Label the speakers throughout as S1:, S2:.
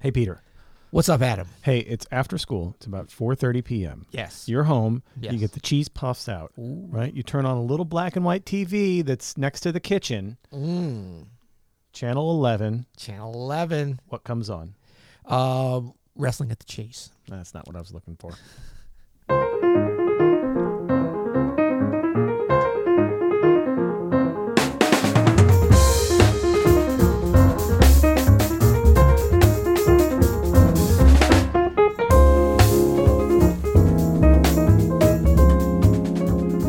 S1: Hey, Peter.
S2: What's up, Adam?
S1: Hey, it's after school. It's about 4:30 p.m.
S2: Yes.
S1: You're home. You
S2: Yes.
S1: get the cheese puffs out,
S2: Ooh.
S1: right? You turn on a little black and white TV that's next to the kitchen,
S2: Mm,
S1: channel 11.
S2: channel 11.
S1: What comes on?
S2: Um, wrestling at the Chase.
S1: That's not what I was looking for.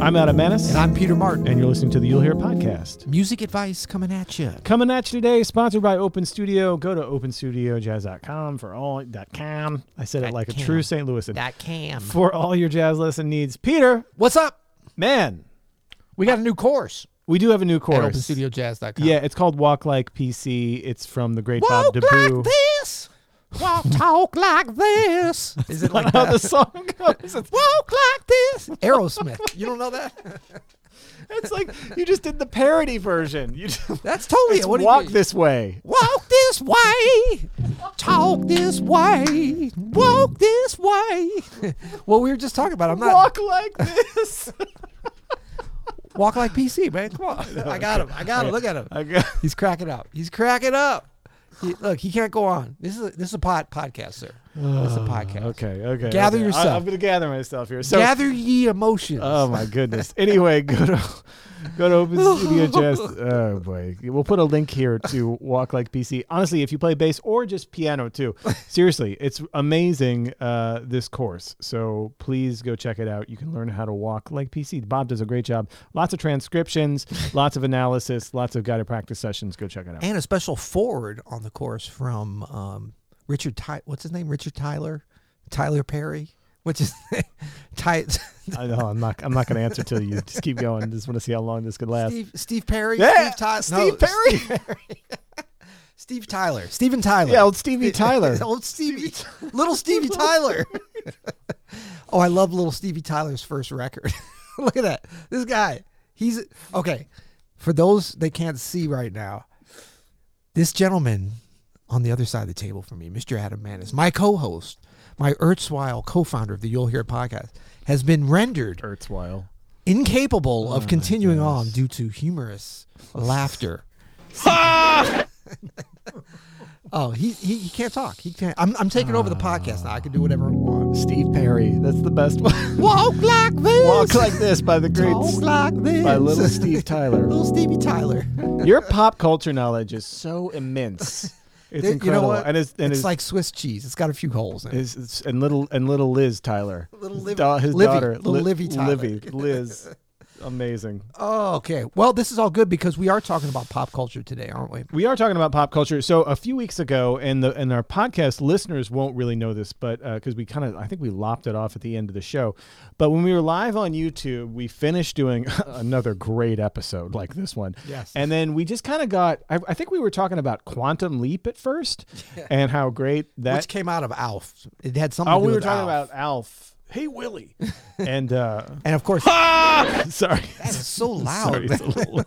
S1: I'm Adam Manis,
S2: And I'm Peter Martin.
S1: and you're listening to the You'll Hear podcast.
S2: Music advice coming at you.
S1: Coming at you today, sponsored by Open Studio. Go to openstudiojazz.com for all dot .com. I said it
S2: Dot
S1: like a
S2: com.
S1: true St. Louisan.
S2: That cam.
S1: for all your jazz lesson needs. Peter,
S2: What's up?
S1: man,
S2: We got a new course,
S1: we do have a new
S2: at
S1: course.
S2: openstudiojazz.com.
S1: Yeah, it's called Walk Like PC. It's from the great Bob
S2: Walk
S1: DeBoo.
S2: like this. Walk, talk like this. Is it like
S1: How
S2: that?
S1: the song goes. It's,
S2: Walk like this. Aerosmith. You don't know that?
S1: it's like you just did the parody version. You just,
S2: That's totally
S1: it's
S2: it. What do you
S1: walk
S2: mean?
S1: this way.
S2: Walk this way, talk this way, walk this way. well, we were just talking about. I'm not walk,
S1: Walk like this.
S2: like PC, man. Come on, I got him. I got him. Look at him.
S1: I got-
S2: He's cracking up. He's cracking up. He, look, he can't go on. This is a, this is a pod, podcast, sir. This is a podcast.
S1: Uh, okay, okay.
S2: Gather
S1: okay. I-
S2: yourself.
S1: I'm going to gather myself here. So,
S2: Gather ye emotions.
S1: Oh my goodness. Anyway, go to go to Open Studio Jazz. Oh boy, we'll put a link here to Walk Like PC. Honestly, if you play bass or just piano too, seriously, it's amazing. Uh, this course, so please go check it out. You can learn how to walk like PC. Bob does a great job. Lots of transcriptions, lots of analysis, lots of guided practice sessions. Go check it out.
S2: and a special forward on the course from um, Richard. Ty- what's his name? Richard Tyler, Tyler Perry. What's his name? Ty-
S1: I know I'm not. I'm not going to answer till you. Just keep going. Just want to see how long this could last.
S2: Steve, Steve Perry.
S1: Yeah,
S2: Steve, Ty-
S1: Steve
S2: no,
S1: Perry.
S2: Steve, Steve Tyler. Steven Tyler.
S1: Yeah, old Stevie Tyler.
S2: old Stevie. little Stevie Tyler. oh, I love little Stevie Tyler's first record. Look at that. This guy. He's okay. For those they can't see right now, this gentleman on the other side of the table for me, Mr. Adam Manis, my co-host, my erstwhile co-founder of the You'll Hear podcast, has been rendered
S1: Ertzweil.
S2: incapable
S1: Oh
S2: of continuing on due to humorous laughter. oh, he, he he can't talk. He can't. I'm I'm taking over the podcast now. I can do whatever I want.
S1: Steve Perry. That's the best one.
S2: Walk like this.
S1: Walk like this by the great
S2: Talk like this.
S1: by little Steve Tyler.
S2: Little Stevie Tyler.
S1: Your pop culture knowledge is so immense. It's
S2: There-
S1: incredible.
S2: You know what?
S1: And it's and
S2: it's
S1: it's,
S2: like Swiss cheese. It's got a few holes in it.
S1: it's, it's- and little and little Liz Tyler.
S2: Little Liv-
S1: Da- his
S2: Livy.
S1: daughter.
S2: Little
S1: Li-
S2: Livy Tyler.
S1: Livy. Liz. Amazing.
S2: Oh, okay. Well, this is all good because we are talking about pop culture today, aren't we?
S1: We are talking about pop culture. So a few weeks ago, and the and our podcast listeners won't really know this, but because we kind of I think we lopped it off at the end of the show. But when we were live on YouTube, we finished doing another great episode like this one.
S2: Yes.
S1: And then we just kind of got. I, I think we were talking about Quantum Leap at first, and how great that
S2: Which came out of Alf. It had something.
S1: Oh,
S2: to do
S1: we were
S2: with
S1: talking
S2: Alf.
S1: about Alf. Hey Willie, and uh,
S2: And of course,
S1: sorry,
S2: Ah! that's so loud.
S1: sorry, it's a little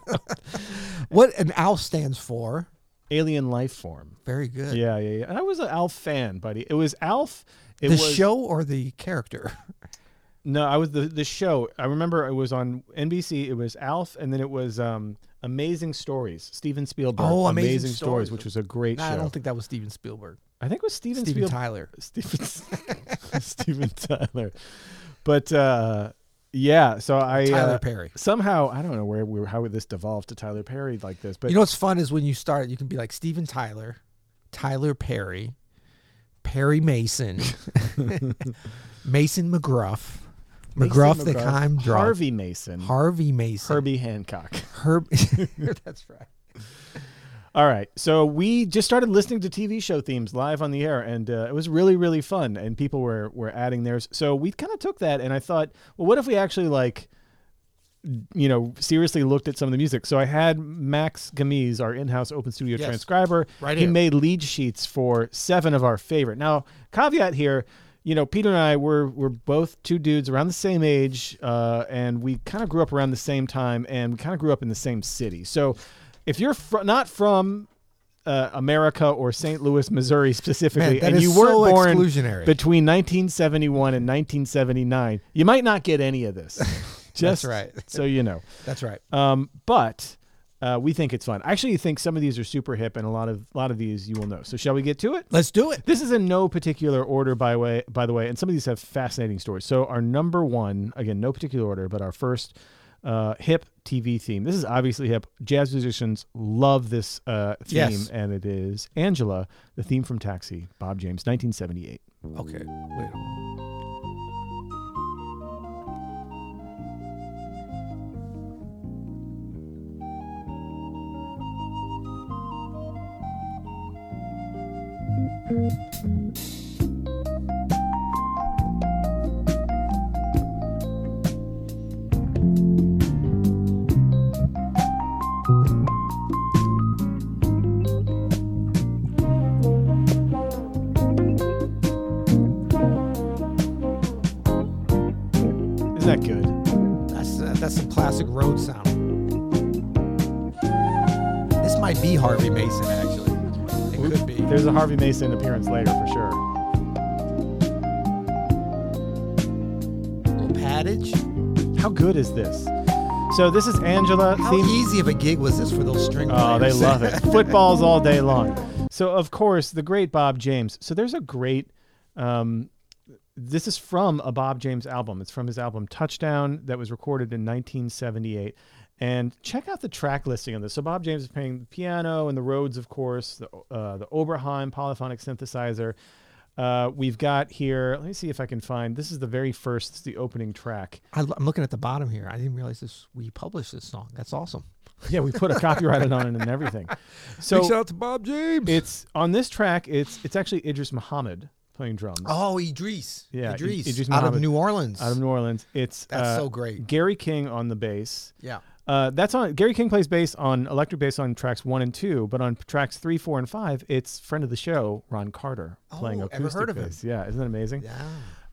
S2: What an Alf stands for.
S1: alien life form.
S2: Very good.
S1: Yeah, yeah, yeah. And I was an Alf fan, buddy. It was Alf. It
S2: the
S1: was,
S2: show or the character?
S1: No, I was the the show. I remember it was on NBC. It was Alf, and then it was um, Amazing Stories. Steven Spielberg.
S2: Oh, Amazing
S1: Stories,
S2: Stories.
S1: which was a great
S2: Nah,
S1: show.
S2: I don't think that was Steven Spielberg.
S1: I think it was Steven,
S2: Steven
S1: Spielberg.
S2: Tyler.
S1: Steven Steven Tyler. But uh, yeah, so I
S2: Tyler
S1: uh,
S2: Perry.
S1: Somehow I don't know where we were, how this devolved to Tyler Perry like this, but
S2: You know what's fun is when you start, you can be like Steven Tyler, Tyler Perry, Perry Mason, Mason McGruff,
S1: Mason
S2: McGruff the Time Harvey,
S1: Harvey Mason,
S2: Harvey Mason,
S1: Herbie Hancock.
S2: Herb. That's right.
S1: All right. So we just started listening to TV show themes live on the air, and uh, it was really, really fun. And people were were adding theirs. So we kind of took that, and I thought, well, what if we actually like, you know, seriously looked at some of the music? So I had Max Gamiz, our in-house open studio
S2: Yes.
S1: transcriber.
S2: Right
S1: He
S2: here.
S1: made lead sheets for seven of our favorite. Now, caveat here. You know, Peter and I were we're both two dudes around the same age, uh, and we kind of grew up around the same time, and we kind of grew up in the same city. So, if you're fr- not from uh, America or St. Louis, Missouri specifically,
S2: Man, that
S1: and
S2: is
S1: you weren't
S2: so
S1: born
S2: exclusionary.
S1: between 1971 and 1979, you might not get any of this. Just
S2: right.
S1: So you know.
S2: That's right.
S1: Um, but uh, we think it's fun. I actually think some of these are super hip, and a lot of a lot of these you will know. So shall we get to it?
S2: Let's do it.
S1: This is in no particular order, by way by the way, and some of these have fascinating stories. So our number one, again, no particular order, but our first uh, hip TV theme. This is obviously hip. Jazz musicians love this uh, theme,
S2: Yes.
S1: and it is Angela, the theme from Taxi, Bob James, 1978.
S2: Okay. Wait.
S1: Is that good?
S2: That's uh, that's some classic road sound. This might be Harvey Mason, actually. It could be.
S1: There's a Harvey Mason appearance later for sure.
S2: little paddage.
S1: How good is this? So this is Angela.
S2: How
S1: theme-
S2: easy of a gig was this for those string players?
S1: Oh, they love it. Footballs all day long. So, of course, the great Bob James. So, there's a great. Um, this is from a Bob James album. It's from his album Touchdown that was recorded in 1978. And check out the track listing on this. So Bob James is playing the piano and the Rhodes, of course, the uh, the Oberheim polyphonic synthesizer. Uh, we've got here. Let me see if I can find. This is the very first. It's the opening track.
S2: I, am looking at the bottom here. I didn't realize this. We published this song. That's awesome.
S1: Yeah, we put a copyright on it and everything. So
S2: out to Bob James.
S1: It's on this track. It's it's actually Idris Muhammad playing drums
S2: oh, Idris.
S1: Yeah, I-
S2: Idris.
S1: Idris
S2: out
S1: Muhammad.
S2: of New Orleans.
S1: out of New Orleans. It's
S2: That's
S1: uh,
S2: so great.
S1: Gary King on the bass.
S2: yeah.
S1: Uh, that's on Gary King plays bass on electric bass on tracks one and two, but on tracks three, four, and five, it's friend of the show Ron Carter playing
S2: Oh,
S1: acoustic
S2: ever heard of him.
S1: bass. Yeah, isn't that amazing?
S2: Yeah.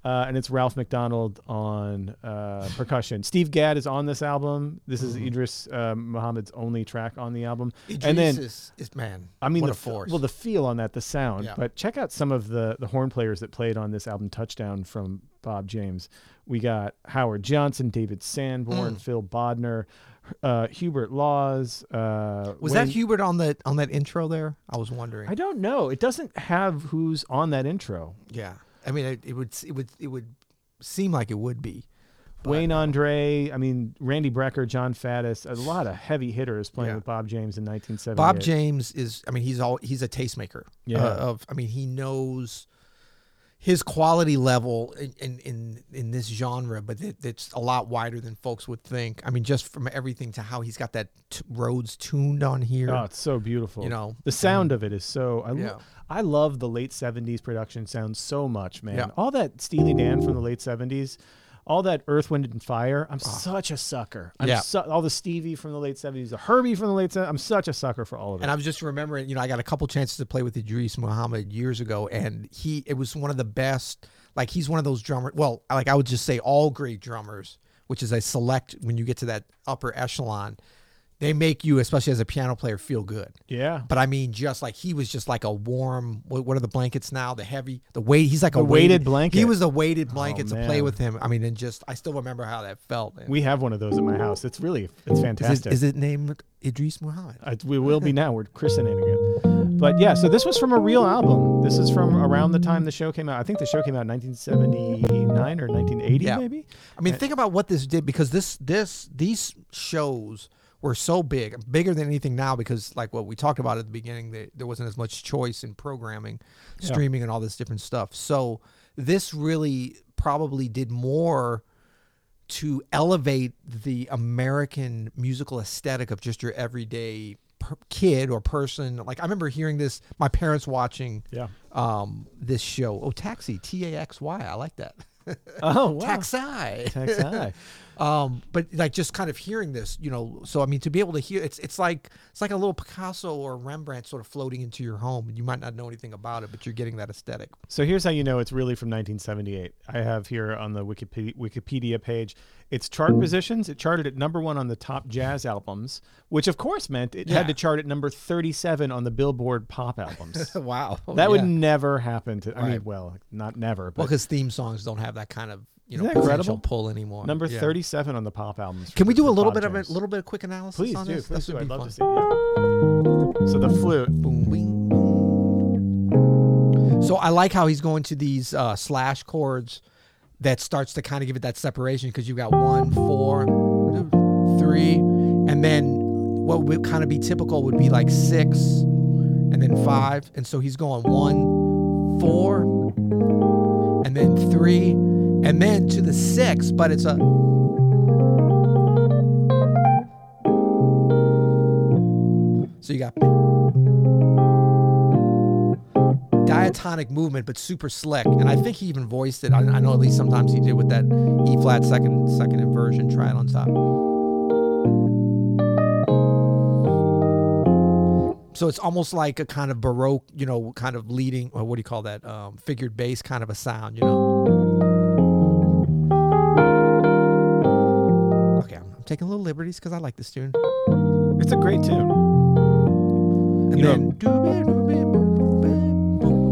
S1: Uh, and it's Ralph McDonald on uh, percussion. Steve Gadd is on this album. This is Idris uh, Muhammad's only track on the album.
S2: Mm-hmm. Idris
S1: and then
S2: is, is man.
S1: I mean,
S2: what
S1: the
S2: a
S1: f-
S2: force.
S1: well, the feel on that, the sound.
S2: Yeah.
S1: But check out some of the the horn players that played on this album, Touchdown from Bob James. We got Howard Johnson, David
S2: Mm.
S1: Sanborn, Phil Bodner, uh, Hubert Laws. Uh,
S2: was
S1: Wayne-
S2: that Hubert on the on that intro there? I was wondering.
S1: I don't know. It doesn't have who's on that intro.
S2: yeah. I mean, it, it would it would it would seem like it would be.
S1: Wayne Andre, I mean Randy Brecker, John Faddis, a lot of heavy hitters playing
S2: Yeah.
S1: with Bob James in 1978.
S2: Bob James is. I mean, he's all. He's a tastemaker.
S1: Yeah.
S2: uh, of I mean, he knows his quality level in in in, in this genre, but it, it's a lot wider than folks would think. I mean, just from everything to how he's got that t- Rhodes tuned on here.
S1: Oh, it's so beautiful.
S2: You know, Mm-hmm.
S1: the sound of it is so. I, lo-
S2: Yeah.
S1: I love the late '70s production sound so much, man.
S2: Yeah.
S1: All that Steely Dan from the late '70s, all that Earth, Wind, and Fire. I'm such a sucker. I'm
S2: Ah. Yeah.
S1: su- all the Stevie from the late '70s, the Herbie from the late '70s. I'm such a sucker for all of it.
S2: And I was just remembering, you know, I got a couple chances to play with Idris Muhammad years ago, and he it was one of the best. Like he's one of those drummers. Well, like I would just say, all great drummers, which is a select when you get to that upper echelon, they make you, especially as a piano player, feel good.
S1: yeah,
S2: But I mean, just like he was just like a warm. What, what are the blankets now? The heavy, the weight. He's like a
S1: The weighted blanket. Oh,
S2: He was a weighted blanket to play
S1: man.
S2: with him. I mean, and just I still remember how that felt. man.
S1: we have one of those at my house. It's really it's
S2: is,
S1: fantastic.
S2: it, is it named Idris Muhammad?
S1: Uh, we will be now. We're christening it. But yeah, so this was from a real album. This is from around the time the show came out. I think the show came out in 1979 or 1980,
S2: Yeah.
S1: maybe. Uh,
S2: I mean, think about what this did because this this these shows were so big, bigger than anything now because like what we talked about at the beginning, there, there wasn't as much choice in programming, streaming, and all this different stuff. So this really probably did more to elevate the American musical aesthetic of just your everyday per- kid or person. Like I remember hearing this, my parents watching
S1: Yeah.
S2: um, this show. Oh, Taxi, T A X Y. I like that.
S1: Oh wow.
S2: Taxi.
S1: Taxi.
S2: Um, but like just kind of hearing this, you know. So I mean, to be able to hear, it's it's like it's like a little Picasso or Rembrandt sort of floating into your home, and you might not know anything about it, but you're getting that aesthetic.
S1: So here's how you know it's really from 1978. I have here on the Wikipedia, Wikipedia page its
S2: Mm.
S1: chart positions. It charted at number one on the top jazz albums, which of course meant it had
S2: Yeah.
S1: to chart at number 37 on the Billboard pop albums. that
S2: Wow,
S1: would
S2: yeah.
S1: never happen to. I mean,
S2: Right.
S1: well, not never, but
S2: well because theme songs don't have that kind of you know
S1: Isn't that
S2: potential
S1: incredible?
S2: pull anymore.
S1: number
S2: Yeah.
S1: 37 on the pop albums.
S2: Can
S1: for-
S2: we do
S1: for
S2: a little
S1: Bob
S2: bit of
S1: James.
S2: a little bit of quick analysis?
S1: Please
S2: on
S1: do.
S2: this?
S1: Please
S2: This
S1: do.
S2: would
S1: I'd
S2: be
S1: love
S2: fun.
S1: to see. it, Yeah. So the flute.
S2: Boom, wing, boom. So I like how he's going to these uh, slash chords that starts to kind of give it that separation because you got one, four, three, and then what would kind of be typical would be like six and then five. And so he's going one, four, and then three, and then to the six, but it's a. So you got diatonic movement, but super slick. And I think he even voiced it. I, I know at least sometimes he did with that E flat second second inversion triad on top. So it's almost like a kind of baroque, you know, kind of leading, or what do you call that? Um, figured bass kind of a sound, you know. Okay, I'm, I'm taking little liberties because I like this tune.
S1: It's a great tune.
S2: And
S1: You know-
S2: then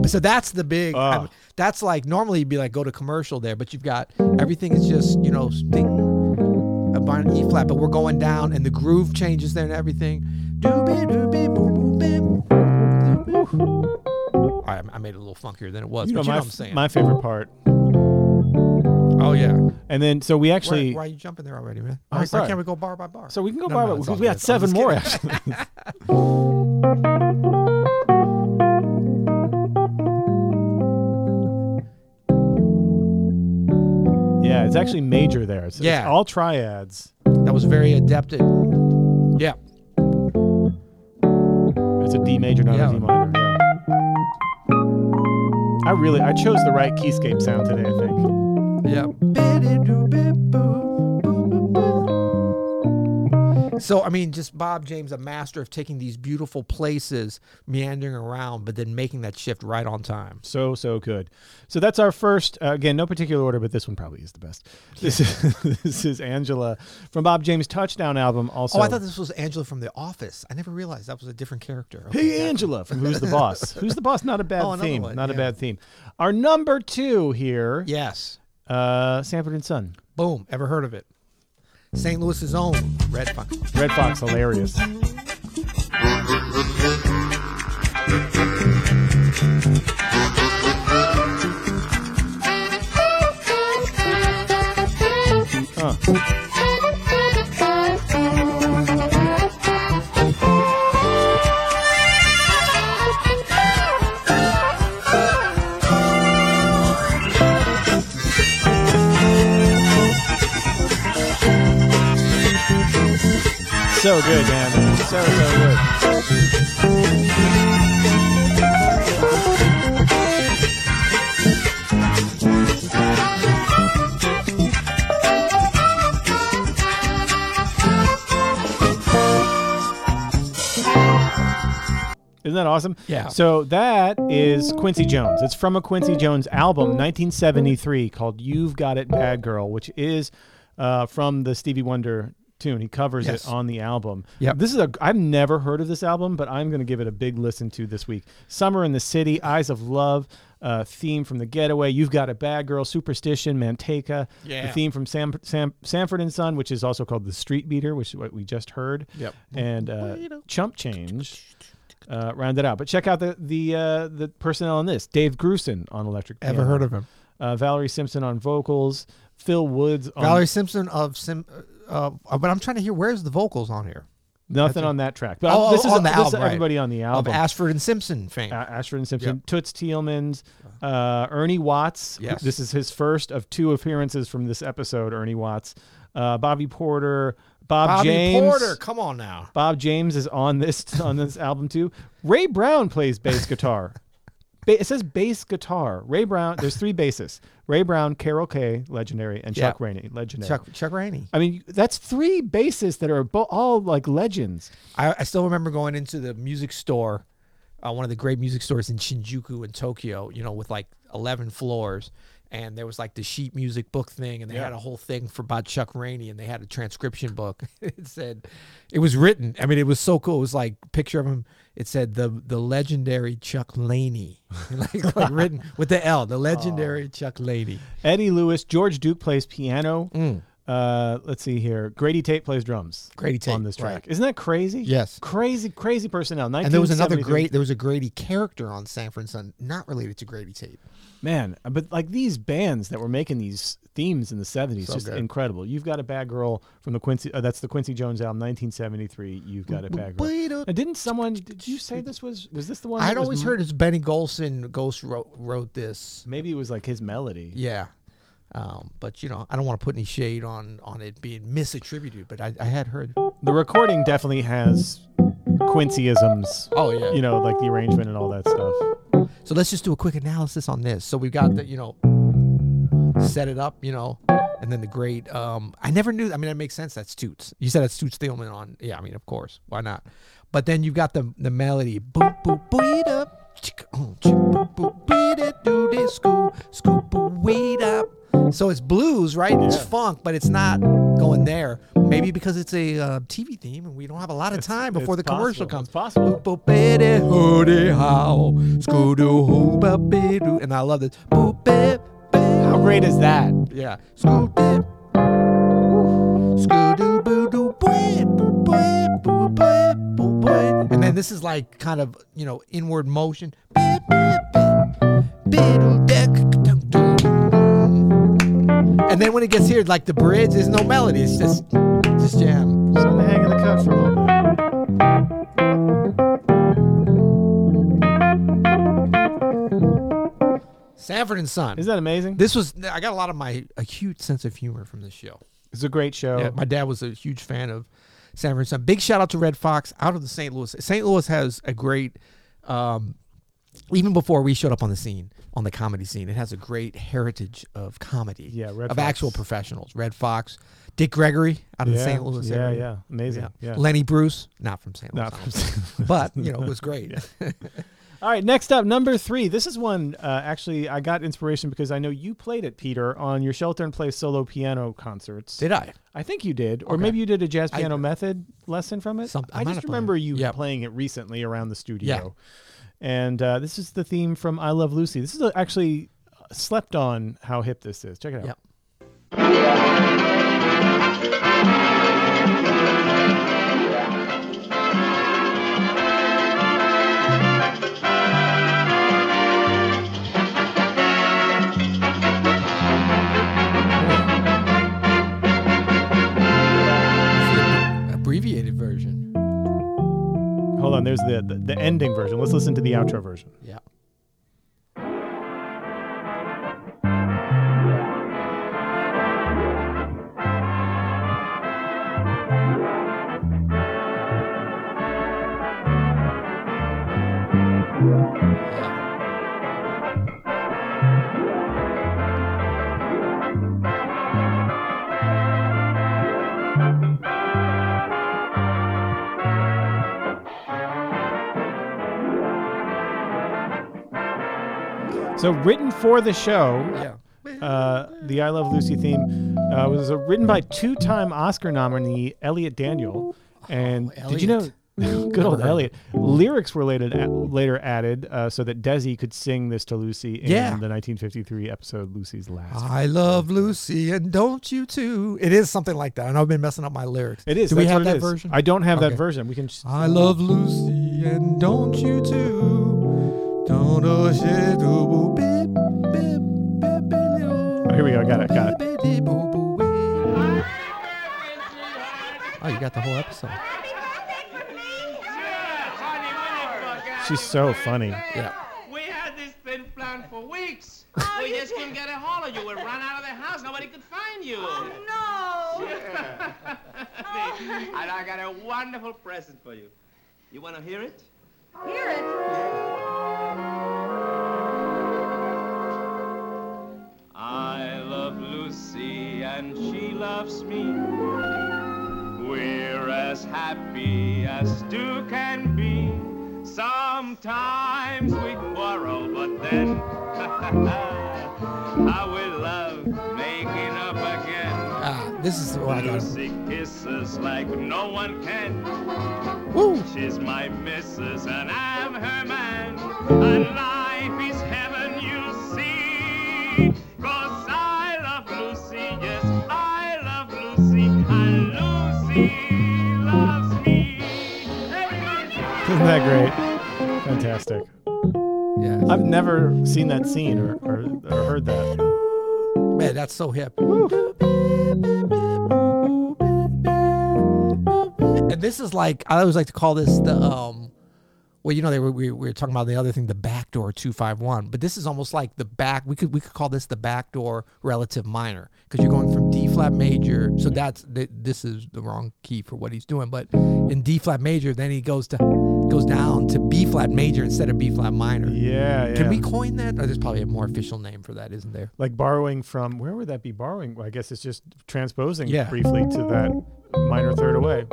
S2: so that's the big. I
S1: Ah.
S2: mean, that's like normally you'd be like go to commercial there, but you've got everything is just you know ding a an E flat, but we're going down and the groove changes there and everything. Doobie, doobie, boom, boom, bim. All right, I I made it a little funkier than it was,
S1: You know,
S2: but you
S1: my,
S2: know what I'm saying.
S1: my favorite part.
S2: oh yeah,
S1: And then, so we actually.
S2: why, why are you jumping there already, man?
S1: I'm
S2: Why, why
S1: sorry.
S2: can't we go bar by bar?
S1: So we can go
S2: No,
S1: by
S2: no,
S1: it.
S2: it's all
S1: we got
S2: good. I'm
S1: seven
S2: just
S1: more
S2: kidding.
S1: actually. yeah, it's actually major there. It's,
S2: Yeah.
S1: it's all triads.
S2: that was very adept at. Yeah.
S1: It's a D major, not
S2: Yeah.
S1: a D minor. Yeah. I really, I chose the right keyscape sound today. I think.
S2: Yeah. So I mean, just Bob James, a master of taking these beautiful places, meandering around, but then making that shift right on time.
S1: So so good. So that's our first. Uh, again, no particular order, but this one probably is the best. This is this is Angela from Bob James' Touchdown album. Also,
S2: Oh, I thought this was Angela from The Office. I never realized that was a different character. Okay,
S1: Hey
S2: yeah.
S1: Angela from Who's the Boss? Who's the Boss? Not a bad
S2: Oh, another
S1: theme.
S2: one,
S1: Not a
S2: yeah.
S1: bad theme. Our number two here,
S2: Yes.
S1: uh, Sanford and Son.
S2: Boom. Ever heard of it? St. Louis's own Red Fox.
S1: Red Fox, hilarious. Huh. So good, man. So so good. Isn't that awesome?
S2: Yeah.
S1: So that is Quincy Jones. It's from a Quincy Jones album, 1973, called "You've Got It, Bad Girl," which is uh, from the Stevie Wonder tune. He covers
S2: Yes.
S1: it on the album.
S2: Yep.
S1: This is a I've never heard of this album, but I'm going to give it a big listen to this week. "Summer in the City," "Eyes of Love." Uh, theme from The Getaway, You've Got It Bad Girl, Superstition, Manteca.
S2: Yeah.
S1: The theme from Sam, Sam, Sanford and Son, which is also called The Street Beater, which is what we just heard.
S2: Yep.
S1: And uh, Chump Change uh, round it out. But check out the the uh, the personnel on this: Dave Grusin on electric,
S2: Ever
S1: piano,
S2: heard of him?
S1: uh, Valerie Simpson on vocals, Phil Woods on
S2: Valerie Simpson of Sim. Uh, uh, but I'm trying to hear where's the vocals on here.
S1: nothing on that track. But
S2: Oh,
S1: this
S2: oh,
S1: is
S2: on the
S1: this is
S2: album, right.
S1: everybody on the album.
S2: Of Ashford and Simpson fame.
S1: A- Ashford and Simpson, Toots Thielmans, uh, Ernie Watts. who-
S2: Uh-huh. Yes.
S1: This is his first of two appearances from this episode. Ernie Watts, uh, Bobby Porter, Bob
S2: Bobby
S1: James.
S2: Porter, come on now.
S1: Bob James is on this on this album too. Ray Brown plays bass guitar. Ba- it says bass guitar. Ray Brown. There's three bassists: Ray Brown, Carol Kay, legendary, and Chuck
S2: Yeah.
S1: Rainey, legendary.
S2: Chuck Chuck Rainey.
S1: I mean, that's three bassists that are bo- all like legends.
S2: I, I still remember going into the music store, uh, one of the great music stores in Shinjuku in Tokyo, you know, with like 11 floors. And there was like the sheet music book thing, and they had a whole thing for about Chuck Rainey, and they had a transcription book. it said, it was written. I mean, it was so cool. It was like picture of him. It said the the legendary Chuck Laney, like, like written with the L, the legendary Chuck Laney.
S1: Eddie Lewis, George Duke plays piano. Uh, let's see here. Grady Tate plays drums.
S2: Mm. Grady Tate,
S1: on this
S2: right.
S1: track. Isn't that crazy?
S2: Yes.
S1: Crazy, crazy personnel.
S2: And there was another
S1: 1973.
S2: great, there was a Grady character on Sanford and Son, not related to Grady Tate.
S1: man. But like these bands that were making these themes in the seventies, just
S2: good.
S1: incredible. You've got a bad girl from the Quincy. Uh, that's the Quincy Jones album, nineteen seventy three. You've got a bad girl.
S2: Wait a-
S1: Now, didn't someone? Did you say this was? Was this the one?
S2: uh, I'd
S1: that was
S2: always
S1: m-
S2: heard it's Benny Golson Ghost wrote, wrote this.
S1: Maybe it was like his melody.
S2: Yeah. Um, but you know, I don't want to put any shade on on it being misattributed, but I, I had heard. Oh,
S1: The recording definitely has Quincyisms.
S2: Oh, yeah.
S1: You know, like the arrangement and all that stuff.
S2: So let's just do a quick analysis on this. So we've got the you know, set it up, you know, and then the great. Um, I never knew. I mean, that makes sense. That's Toots. You said that's Toots Thielman on. Yeah, I mean, of course. Why not? But then you've got the the melody. Boop boop beat up. Chicka, oh, chick, boop boop beat it. Do this scoop scoop boop, wait up. So it's blues, right? It's funk, but it's not going there. Maybe because it's a uh, TV theme and we don't have a lot of time before the
S1: it's
S2: commercial
S1: possible.
S2: comes.
S1: It's possible.
S2: Boop-boop-biddy, hoody how, scoo-doo-hoo-ba-bee-doo. And I love this. Boop, bip,
S1: How
S2: bip.
S1: great is that?
S2: Yeah. Scoo dip. Scoo doo boo doo boop boop boop boop boop boop boop. And then this is like kind of, you know, inward motion. Bip, bip, bip. Biddle deck. dum, dum. And then when it gets here, like the bridge, there's no melody. It's just, just jam.
S1: Just let me hang in the cut for a little bit.
S2: Sanford and Son.
S1: Isn't that amazing?
S2: This was I got a lot of my acute sense of humor from this show.
S1: It's a great show.
S2: Yeah, my dad was a huge fan of Sanford and Son. Big shout out to Red Fox out of the St. Louis. St. Louis has a great, um, even before we showed up on the scene, on the comedy scene, it has a great heritage of comedy.
S1: Yeah, Red
S2: of
S1: Fox.
S2: actual professionals. Red Fox, Dick Gregory out of
S1: yeah,
S2: the St. Louis
S1: yeah,
S2: area.
S1: yeah, amazing. Yeah.
S2: Lenny Bruce, not from St. Louis,
S1: Not from
S2: obviously. but you know it was great.
S1: All right, next up, number three. This is one uh, actually I got inspiration because I know you played it, Peter, on your Shelter and Play solo piano concerts.
S2: Did I?
S1: I think you did, or maybe you did a jazz piano method lesson from it.
S2: Some- I
S1: I
S2: might
S1: just
S2: have played
S1: remember
S2: it.
S1: you
S2: Yep.
S1: playing it recently around the studio. And uh, this is the theme from I Love Lucy. This is uh, actually slept on how hip this is. Check it out.
S2: Yep. Abbreviated version.
S1: Hold on, there's the, the the ending version. Let's listen to the outro version.
S2: Yeah.
S1: So written for the show.
S2: Yeah.
S1: Uh, the I Love Lucy theme uh, was uh, written by two-time Oscar nominee Elliot Daniel. And did you
S2: Oh, Elliot.
S1: know, good old Elliot? Lyrics were later, later added uh, so that Desi could sing this to Lucy in
S2: Yeah. Ah.
S1: the 1953 episode Lucy's Last.
S2: I love Lucy and don't you too. It is something like that. And I've been messing up my lyrics.
S1: It is.
S2: Do we
S1: that's what
S2: have
S1: it
S2: that
S1: is.
S2: version?
S1: I don't have
S2: Okay.
S1: that version. We can. Just,
S2: I love Lucy and don't you too. Don't know shit. boo, boo, bip, bip, bip, bip, little.
S1: oh, here we go. Got it. Got it.
S2: Bibbidi, boo, boo, wee. Oh, you got the whole episode.
S1: She's so funny.
S2: Yeah.
S3: We had this thing planned for weeks. we
S4: Oh, you
S3: just couldn't get a hold of you. We ran out of the house. Nobody could find you.
S4: Oh, No.
S3: and I got a wonderful present for you. You want to hear it?
S4: Hear it.
S3: loves me. We're as happy as two can be. Sometimes we quarrel, but then how we love making up again.
S2: Ah, this is what I got.
S3: Lucy kisses like no one can.
S2: Woo!
S3: She's my missus and I'm her man. And life is heaven, you'll see. 'Cause I love Lucy, yes, I love Lucy. And Lucy loves me. Everybody-
S1: Isn't that great? Fantastic.
S2: Yeah.
S1: I've never seen that scene or, or, or heard that.
S2: Man, that's so hip. And this is like I always like to call this the um well, you know, they were, we, we were talking about the other thing, the backdoor two five one. But this is almost like the back. We could we could call this the backdoor relative minor because you're going from D flat major. So that's th- this is the wrong key for what he's doing. But in D flat major, then he goes to goes down to B flat major instead of B flat minor.
S1: Yeah, yeah.
S2: Can we coin that? Or there's probably a more official name for that, isn't there?
S1: like borrowing from where would that be borrowing? Well, I guess it's just transposing
S2: Yeah.
S1: briefly to that minor third away.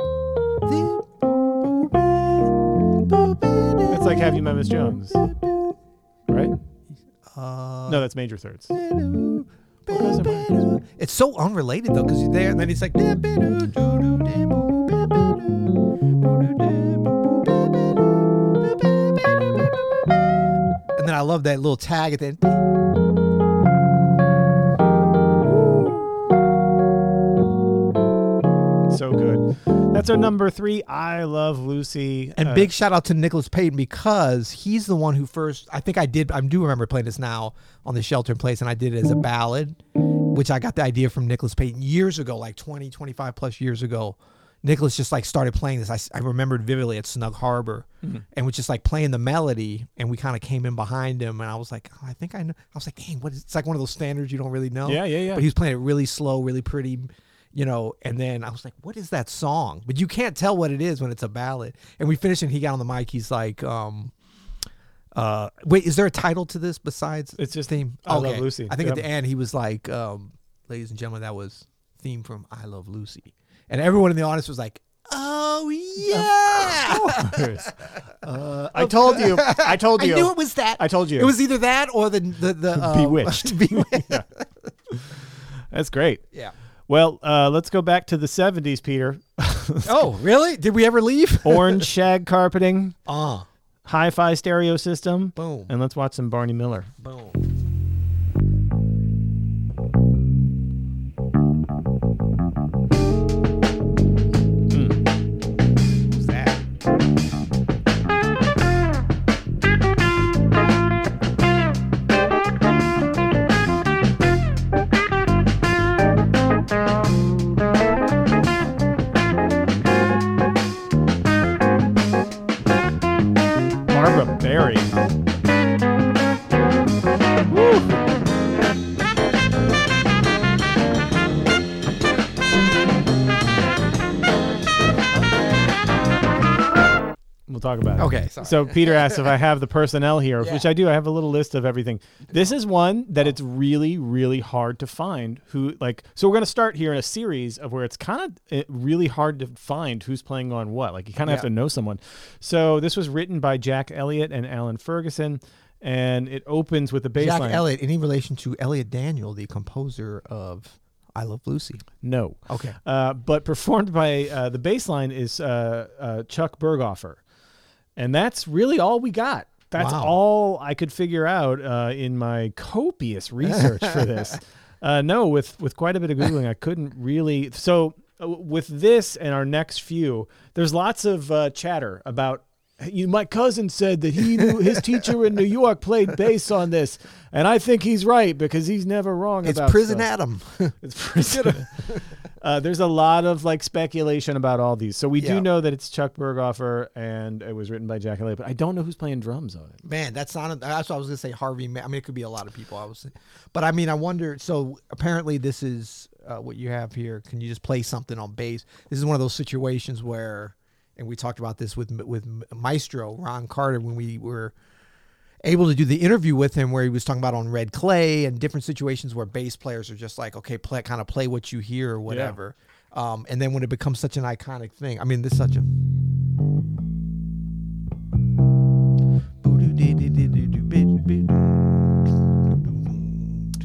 S1: It's like Have You Met Miss Jones, right?
S2: Uh,
S1: No, that's major thirds. goes in mine?
S2: It's so unrelated though, because you're there, and then he's like. And then I love that little tag at the end.
S1: So good. That's our number three. I love Lucy.
S2: And
S1: Uh,
S2: big shout out to Nicholas Payton because he's the one who first. I think I did. I do remember playing this now on the Shelter in Place, and I did it as a ballad, which I got the idea from Nicholas Payton years ago, like 20, 25 plus years ago. Nicholas just like started playing this. I, s- I remembered vividly at Snug Harbor, and was just like playing the melody, and we kind of came in behind him, and I was like, oh, I think I know. I was like, dang, what is? It's like one of those standards you don't really know.
S1: Yeah, yeah, yeah.
S2: But he was playing it really slow, really pretty, you know. And then I was like, "What is that song?" But you can't tell what it is when it's a ballad. And we finished, and he got on the mic. He's like, um, uh, "Wait, is there a title to this besides
S1: It's just
S2: theme?"
S1: I Love Lucy.
S2: I think at
S1: Yep.
S2: the end he was like, um, "Ladies and gentlemen, that was theme from I Love Lucy," and everyone in the audience was like, "Oh yeah."
S1: Uh, I told you. I told
S2: I
S1: you.
S2: knew it was that.
S1: I told you.
S2: It was either that or the the, the uh,
S1: Bewitched.
S2: Bewitched.
S1: That's great.
S2: Yeah.
S1: Well, uh, let's go back to the 70s, Peter.
S2: Oh, really? Did we ever leave?
S1: Orange shag carpeting,
S2: Ah,
S1: hi fi stereo system.
S2: Boom.
S1: And let's watch some Barney Miller.
S2: boom. Who's that?
S1: Barbara Barry. We'll talk about it.
S2: Okay, sorry.
S1: So Peter asked if I have the personnel here, which
S2: Yeah.
S1: I do. I have a little list of everything. This is one that it's really, really hard to find. Who like? So we're gonna start here in a series of where it's kind of really hard to find who's playing on what. Like you kind of have
S2: Yeah.
S1: to know someone. So this was written by Jack Elliott and Alan Ferguson, and it opens with the bass
S2: Jack
S1: line.
S2: Elliott, any relation to Elliot Daniel, the composer of I Love Lucy?
S1: No.
S2: Okay.
S1: Uh, but performed by uh, the bass line is uh, uh, Chuck Berghofer. And that's really all we got. That's
S2: Wow.
S1: all I could figure out uh, in my copious research for this. Uh, no, with, with quite a bit of Googling, I couldn't really. So, uh, with this and our next few, there's lots of uh, chatter about. You, my cousin said that he knew his teacher in New York played bass on this, and I think he's right because he's never wrong
S2: It's
S1: about
S2: Prison
S1: stuff.
S2: Adam.
S1: It's pretty. uh, there's a lot of like speculation about all these. So we
S2: Yeah.
S1: do know that it's Chuck Berghofer and it was written by Jack Elliott, but I don't know who's playing drums on it.
S2: Man, that's not. That's what I was gonna say. Harvey. Ma- I mean, it could be a lot of people. I was, but I mean, I wonder. So apparently, this is uh, what you have here. Can you just play something on bass? This is one of those situations where, and we talked about this with with Maestro Ron Carter when we were able to do the interview with him where he was talking about on red clay and different situations where bass players are just like, okay, play kind of play what you hear or whatever. Um, and then when it becomes such an iconic thing, I mean, this is such a.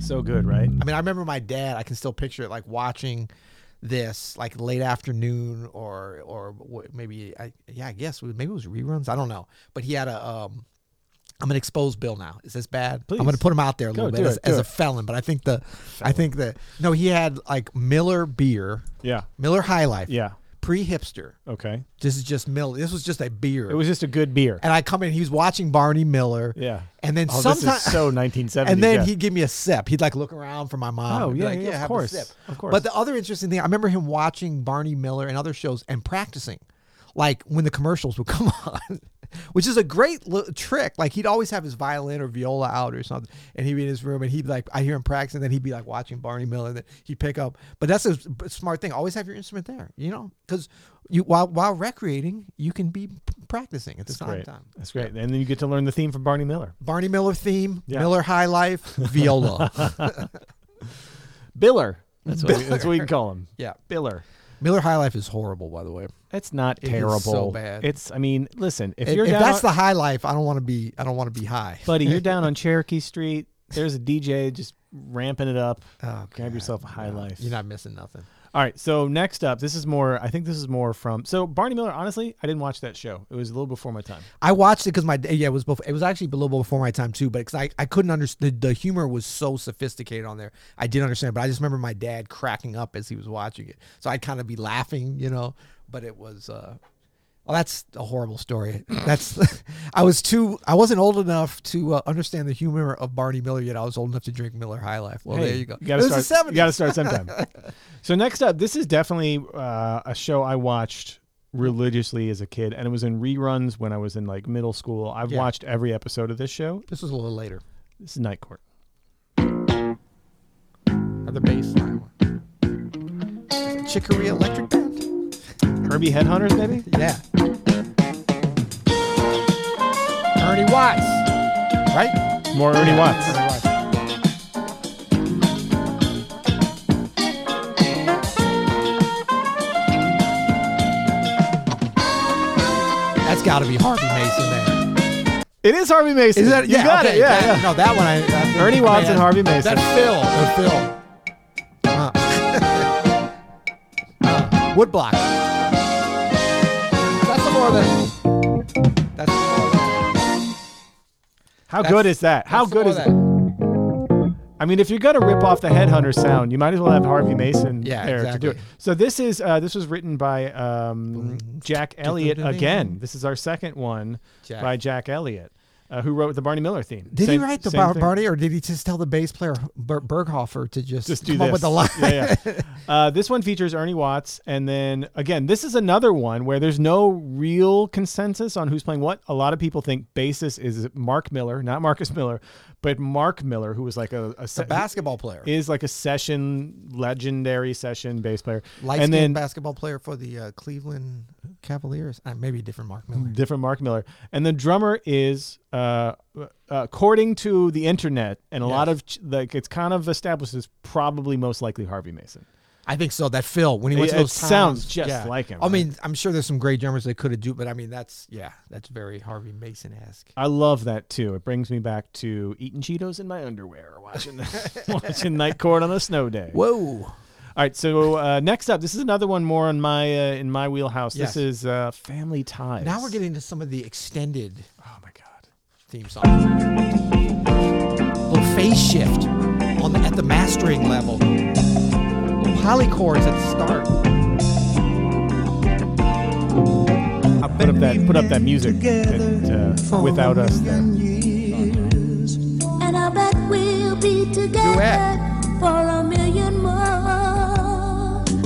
S1: So good, right?
S2: I mean, I remember my dad. I can still picture it, like watching this, like late afternoon, or or wh- maybe, I, yeah, I guess we- maybe it was reruns. I don't know, but he had a. Um, I'm gonna expose Bill now. Is this bad? I'm gonna
S1: Please.
S2: put him out there a
S1: Go,
S2: little bit
S1: do
S2: as,
S1: it, do
S2: as a
S1: it.
S2: felon, but I think the, I think that no, he had like Miller beer,
S1: Yeah.
S2: Miller High Life,
S1: Yeah.
S2: pre-hipster.
S1: Okay.
S2: This is just Miller. This was just a beer.
S1: It was just a good beer.
S2: and I come in. He was watching Barney Miller.
S1: Yeah.
S2: And then
S1: Oh,
S2: sometimes,
S1: this is so 1970s.
S2: and then
S1: yeah.
S2: he'd give me a sip. He'd like look around for my mom.
S1: Oh,
S2: and be
S1: yeah,
S2: like,
S1: yeah, of
S2: have a
S1: course,
S2: sip."
S1: of course.
S2: But the other interesting thing, I remember him watching Barney Miller and other shows and practicing, like when the commercials would come on, which is a great li- trick. Like he'd always have his violin or viola out or something, and he'd be in his room and he'd be like, I hear him practicing, then he'd be like watching Barney Miller, and then he'd pick up. But that's a s- b- smart thing. Always have your instrument there, you know, because you while while recreating, you can be p- practicing at the same
S1: Great.
S2: time.
S1: That's great. And then you get to learn the theme from Barney Miller.
S2: Barney Miller theme,
S1: Yeah.
S2: Miller High Life, viola.
S1: Biller. That's what, We, that's what we can call him.
S2: yeah.
S1: Biller.
S2: Miller High Life is horrible, by the way.
S1: That's not
S2: is
S1: terrible.
S2: so bad.
S1: It's. I mean, listen. If,
S2: If,
S1: you're
S2: if
S1: down
S2: that's
S1: on,
S2: the high life, I don't want to be. I don't want to be high.
S1: buddy, you're down on Cherokee Street. There's a DJ just ramping it up.
S2: Oh,
S1: Grab
S2: God,
S1: yourself a high
S2: no.
S1: life.
S2: You're not missing nothing.
S1: All right. So next up, this is more. I think this is more from. So Barney Miller. Honestly, I didn't watch that show. It was a little before my time.
S2: I watched it because my yeah it was before, it was actually a little before my time too, but 'cause I I couldn't understand the, the humor was so sophisticated on there. I did understand, but I just remember my dad cracking up as he was watching it, so I'd kind of be laughing, you know. But it was. uh well, that's a horrible story. That's I was too I wasn't old enough to uh, understand the humor of Barney Miller yet. I was old enough to drink Miller High Life. Well,
S1: Hey,
S2: Oh, there you go.
S1: gotta
S2: it was
S1: start,
S2: the
S1: you
S2: 70s.
S1: gotta start sometime. so next up, this is definitely uh, a show I watched religiously as a kid, and it was in reruns when I was in like middle school. I've
S2: Yeah.
S1: watched every episode of this show.
S2: This was a little later.
S1: This is Night Court.
S2: Or the bass line one. Chicory Electric Band?
S1: Herbie Headhunters, maybe.
S2: Yeah. Ernie Watts. Right?
S1: More Ernie Watts.
S2: Ernie Watts. That's got to be Harvey Mason there.
S1: It is Harvey Mason.
S2: Is that
S1: you got
S2: okay,
S1: it? Yeah,
S2: that-
S1: yeah.
S2: No, that one. I, that-
S1: Ernie Watts and Harvey Mason.
S2: That Phil. That Phil. Uh, uh, woodblock. That's the more than. That's the more than.
S1: How
S2: That's-
S1: good is that? How
S2: that's the
S1: good
S2: more
S1: is that?
S2: than.
S1: I mean, if you're gonna rip off the Headhunter sound, you might as well have Harvey Mason
S2: Mm. Yeah,
S1: there to do it.
S2: exactly.
S1: So this is uh, this was written by um, Jack Elliott again. This is our second one
S2: Jack.
S1: by Jack Elliott, uh, who wrote the Barney Miller theme.
S2: Did
S1: Same-
S2: he write the
S1: same
S2: bar-
S1: thing.
S2: Barney, or did he just tell the bass player Ber- Berghofer to just,
S1: Just do
S2: come
S1: this.
S2: up with the line?
S1: yeah, yeah. Uh, this one features Ernie Watts, and then again, this is another one where there's no real consensus on who's playing what. A lot of people think bassist is Mark Miller, not Marcus Miller, but Mark Miller, who was like a, a se-
S2: basketball player.
S1: is like a session legendary session bass player
S2: Light
S1: and then
S2: basketball player for the uh, Cleveland Cavaliers. Uh, maybe a different Mark Miller.
S1: different mark miller and the drummer is uh, uh, according to the internet and a lot
S2: Yes.
S1: of ch- like it's kind of established as probably most likely harvey mason
S2: I think so. That Phil when he went
S1: It-
S2: to those
S1: it sounds
S2: towns,
S1: just like him,
S2: I
S1: right?
S2: mean, I'm sure there's some great drummers they could have do, but I mean, that's yeah, that's very Harvey Mason esque.
S1: i love that too it brings me back to eating cheetos in my underwear watching watching night court on a snow day
S2: Whoa,
S1: all right so uh, next up this is another one more on my uh, in my wheelhouse
S2: Yes.
S1: this is uh, family ties
S2: now we're getting to some of the extended
S1: oh my god
S2: theme songs. Little phase shift on the, at the mastering level. Polychords at the start.
S1: I put up that put up that music that, uh, without us there.
S4: And I bet we'll be together for a million more.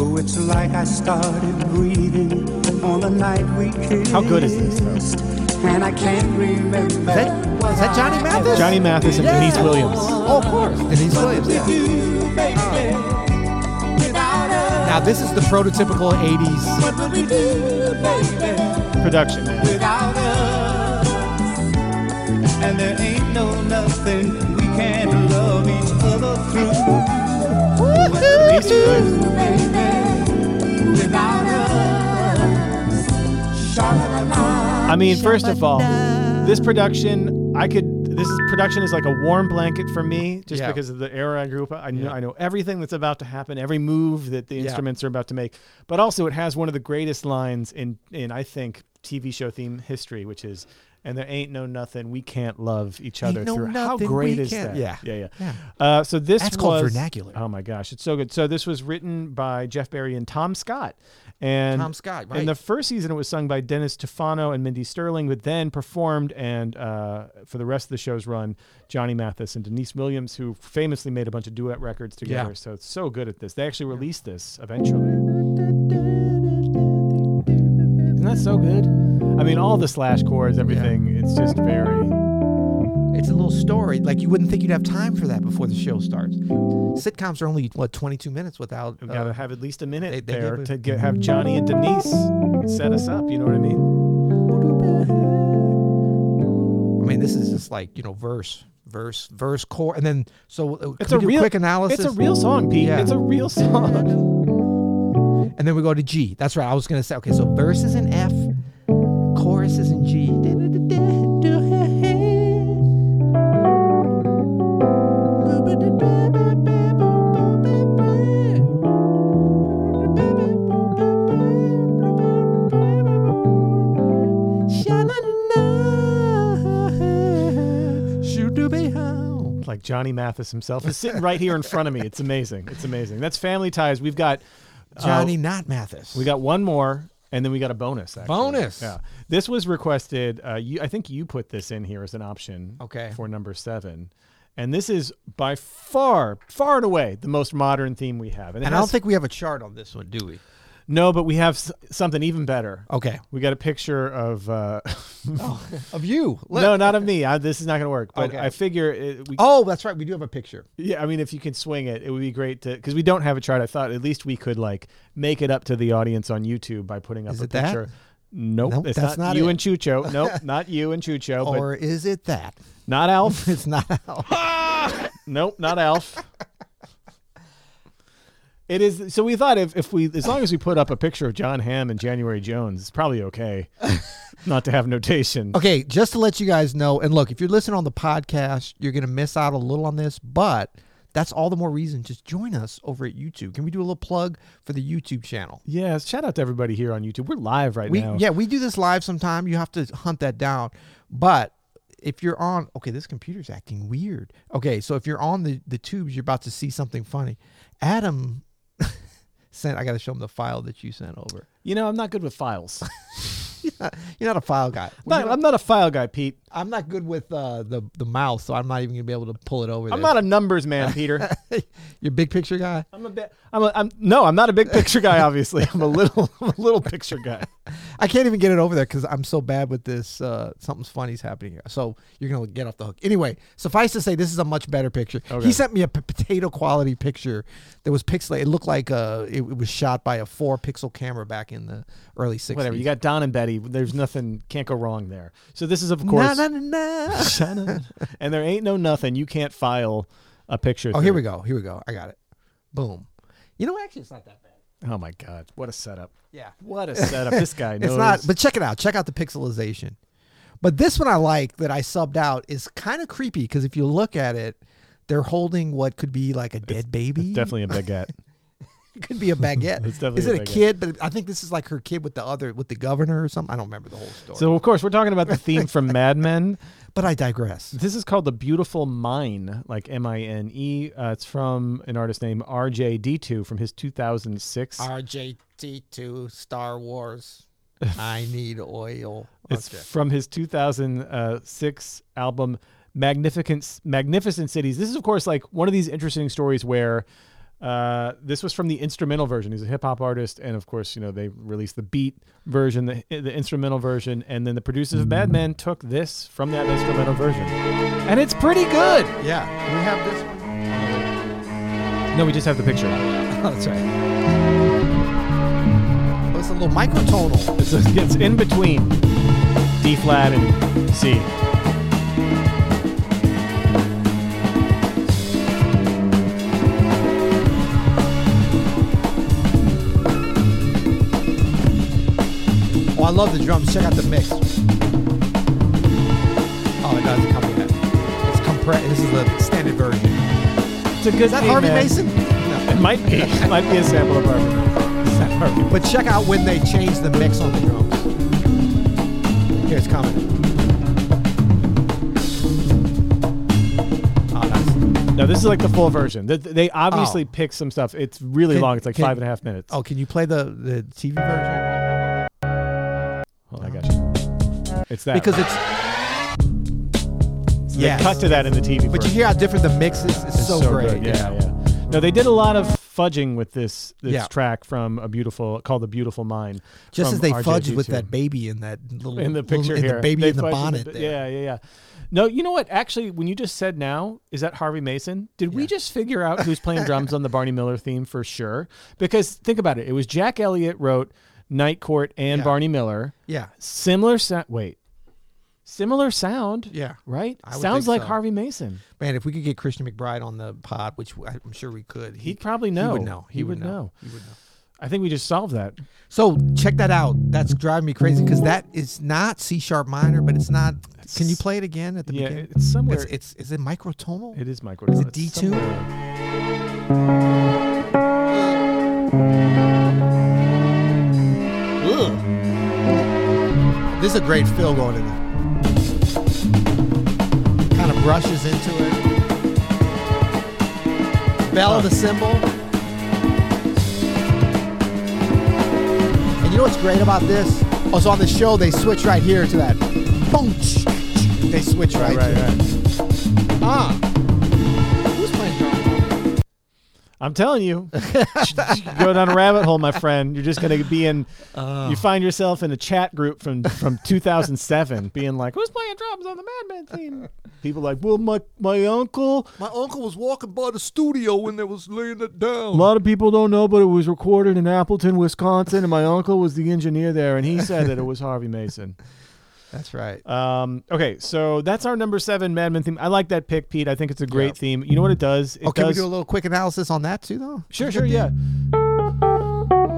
S5: Oh, it's like I started breathing on the night we kissed.
S1: How good is this,
S5: And I can't remember.
S2: Is that, is that Johnny Mathis?
S1: Johnny Mathis and Denise Williams.
S2: Oh, of course. Denise Williams. Yeah. Now this is the prototypical '80s.
S1: Production.
S5: Without us, and there ain't nothing we can't love each other through.
S4: you, baby, without us.
S1: I mean, first of all, this production, I could. This is, production is like a warm blanket for me, just
S2: Yeah.
S1: because of the era I grew up. I know, I know everything that's about to happen, every move that the instruments are about to make. But also, it has one of the greatest lines in in I think TV show theme history, which is. And there ain't no nothing we can't love each other
S2: Ain't no
S1: through. How
S2: nothing
S1: great
S2: we
S1: is
S2: can't-
S1: that?
S2: Yeah.
S1: yeah, yeah. Uh, so this
S2: That's
S1: was
S2: called vernacular.
S1: Oh my gosh, it's so good. So this was written by Jeff Barry and Tom Scott, and
S2: Tom Scott,
S1: In
S2: right.
S1: the first season, it was sung by Dennis Tufano and Mindy Sterling, but then performed and uh, for the rest of the show's run, Johnny Mathis and Denise Williams, who famously made a bunch of duet records together.
S2: Yeah.
S1: So it's so good at this. They actually released this eventually. Isn't that so good? I mean, all the slash chords, everything. It's just very.
S2: It's a little story. Like you wouldn't think you'd have time for that before the show starts. Sitcoms are only what 22 minutes without.
S1: We've
S2: uh,
S1: got to have at least a minute
S2: they- they
S1: there
S2: give a-
S1: to get, have Johnny and Denise set us up. You know what I mean?
S2: I mean, this is just like you know verse, verse, verse, core, and then so uh,
S1: It's
S2: can
S1: a
S2: we do
S1: real
S2: quick analysis.
S1: It's a real song, Pete.
S2: Yeah.
S1: It's a real song.
S2: and then we go to G. That's right. I was gonna say okay. So verse is in F, chorus is in G. Shoot to be home.
S1: like Johnny Mathis himself is sitting right here in front of me. It's amazing. It's amazing. That's Family Ties. We've got uh,
S2: Johnny, not Mathis.
S1: we got one more, and then we got a bonus. Actually.
S2: Bonus.
S1: Yeah. This was requested. Uh, you, I think you put this in here as an option.
S2: Okay.
S1: For number seven. And this is by far, far and away the most modern theme we have. it
S2: and I don't
S1: has-
S2: think we have a chart on this one, do we?
S1: no, but we have s- something even better.
S2: Okay.
S1: We got a picture of uh,
S2: Of you.
S1: no, not of me. I, this is not going to work. But
S2: Oh, Okay.
S1: I figure it, we.
S2: Oh, that's right. We do have a picture.
S1: Yeah, I mean, if you can swing it, it would be great to because we don't have a chart. I thought at least we could like make it up to the audience on YouTube by putting up
S2: Is
S1: a
S2: it that?
S1: picture. Nope,
S2: Nope,
S1: it's
S2: that's
S1: not,
S2: not
S1: you
S2: it.
S1: and Chucho. Nope, not you and Chucho.
S2: Or is it that?
S1: but not Alf.
S2: It's not how.
S1: nope, not Alf. It is so we thought if, if we as long as we put up a picture of John Hamm and January Jones, it's probably okay not to have notation.
S2: Okay, just to let you guys know, and look, if you're listening on the podcast, you're going to miss out a little on this, but that's all the more reason. Just join us over at YouTube. Can we do a little plug for the YouTube channel?
S1: Yeah, shout out to everybody here on YouTube. We're live right
S2: We
S1: now.
S2: yeah, we do this live sometime. You have to hunt that down. But if you're on okay, this computer's acting weird. Okay, so if you're on the, the tubes, you're about to see something funny. Adam sent I gotta show him the file that you sent over.
S1: You know, I'm not good with files.
S2: You're not a file guy. Well,
S1: Not-
S2: you know,
S1: I'm not a file guy, Pete.
S2: I'm not good with uh, the the mouse, so I'm not even gonna be able to pull it over.
S1: I'm not a numbers man, Peter.
S2: a you're a big picture guy.
S1: I'm a bit. I'm, a, I'm no. I'm not a big picture guy. Obviously, I'm a little. I'm a little picture guy.
S2: I can't even get it over there because I'm so bad with this. Uh, something's funny's happening here, so you're gonna get off the hook. Anyway, suffice to say, this is a much better picture.
S1: Okay.
S2: He sent me a p- potato quality picture that was pixelated. It looked like uh, it, it was shot by a four pixel camera back in the early '60s.
S1: Whatever. You got Don and Betty. There's nothing. Can't go wrong there. So this is of
S2: Na,
S1: course.
S2: na, na, na.
S1: Shannon. and there ain't no nothing. You can't file a picture.
S2: oh, here we go. Here we go. I got it. Boom. You know, actually, it's not that bad.
S1: go. Oh my God. What a setup.
S2: Yeah.
S1: What a setup. This guy knows.
S2: It's not, but check it out. Check out the pixelization. But this one I like that I subbed out is kind of creepy because if you look at it, they're holding what could be like a dead baby.
S1: definitely a baguette.
S2: It could be a baguette.
S1: It's definitely
S2: is
S1: a
S2: it a,
S1: baguette.
S2: kid? But I think this is like her kid with the other with the governor or something. I don't remember the whole story.
S1: so of course we're talking about the theme from Mad Men.
S2: but I digress.
S1: This is called The Beautiful Mine, like M I N E. Uh, it's from an artist named RJD2 from his 2006
S2: RJT two Star Wars. I need oil.
S1: It's from his 2006 album Magnificent Magnificent Cities. This is of course like one of these interesting stories where uh, this was from the instrumental version. He's a hip hop artist, and of course, you know they released the beat version, the, the instrumental version, and then the producers of Mad Men took this from that instrumental version, and it's pretty good.
S2: yeah, we have this one.
S1: No, we just have the picture.
S2: Oh, that's right. Oh, it's a little microtonal.
S1: It's, it's in between D flat and C.
S2: Oh, I love the drums. Check out the mix. Oh, it does come with it. It's compressed. This is the standard version. Is
S1: It's a good
S2: that
S1: thing,
S2: Harvey
S1: man.
S2: Mason? No.
S1: It might be. It might be a sample of Harvey. It's not Harvey.
S2: But check out when they change the mix on the drums. Here it's coming. Oh, nice.
S1: No, this is like the full version. Th- They obviously
S2: Oh.
S1: picked some stuff. It's really
S2: Can-
S1: long. It's like
S2: can-
S1: five and a half minutes.
S2: Oh, can you play the, the TV version?
S1: Hold on, I got you. It's that.
S2: Because
S1: one.
S2: it's
S1: So
S2: yes.
S1: they cut to that in the TV.
S2: But you
S1: version.
S2: hear how different the mix is? It's,
S1: It's
S2: so, great.
S1: good. Yeah, yeah. No, they did a lot of fudging with this this
S2: Yeah.
S1: track from a beautiful called "The Beautiful Mind."
S2: Just
S1: from
S2: as they
S1: RJG2.
S2: fudged with that baby in that little
S1: in the
S2: little-
S1: picture
S2: in
S1: here,
S2: the baby
S1: They
S2: in the
S1: fudged
S2: bonnet.
S1: the-
S2: there.
S1: Yeah, yeah, yeah. No, you know what? Actually, when you just said now, is that Harvey Mason? Did we just figure out who's playing drums on the Barney Miller theme for sure? Because think about it. It was Jack Elliott wrote Night Court and
S2: Yeah.
S1: Barney Miller.
S2: yeah,
S1: Similar sound. Wait. Similar sound.
S2: Yeah.
S1: Right?
S2: I would
S1: Sounds
S2: think
S1: like
S2: so.
S1: Harvey Mason.
S2: Man, if we could get Christian McBride on the pod, which I'm sure we could, he,
S1: He'd probably
S2: He
S1: know.
S2: would know.
S1: He would know.
S2: He would know.
S1: I think we just solved that.
S2: So check that out. That's driving me crazy because that is not C sharp minor, but it's not. Can you play it again at the
S1: yeah,
S2: beginning?
S1: it's somewhere.
S2: It's, it's is it microtonal?
S1: It is micro.
S2: Is it
S1: it's
S2: D tune?
S1: somewhere.
S2: Ugh. This is a great feel going in there. Kind of brushes into it. Bell of the cymbal. And you know what's great about this? Also on the show they switch right here to that. Boom. tsh, tsh. They switch right,
S1: Right,
S2: to
S1: right.
S2: it. Ah. Who's playing drums?
S1: I'm telling you, go down a rabbit hole, my friend. You're just gonna be in. you find yourself in a chat group from from 2007, being like, "Who's playing drums on the Madman theme?" People like, "Well, my my uncle."
S2: My uncle was walking by the studio when they was laying it down.
S1: A lot of people don't know, but it was recorded in Appleton, Wisconsin, and my uncle was the engineer there, and he said that it was Harvey Mason.
S2: That's right.
S1: Um, okay, so that's our number seven Madman theme. I like that pick, Pete. I think it's a great theme. You know what it does? It
S2: Oh, can we
S1: does-
S2: do a little quick analysis on that too, though?
S1: Sure, sure, yeah.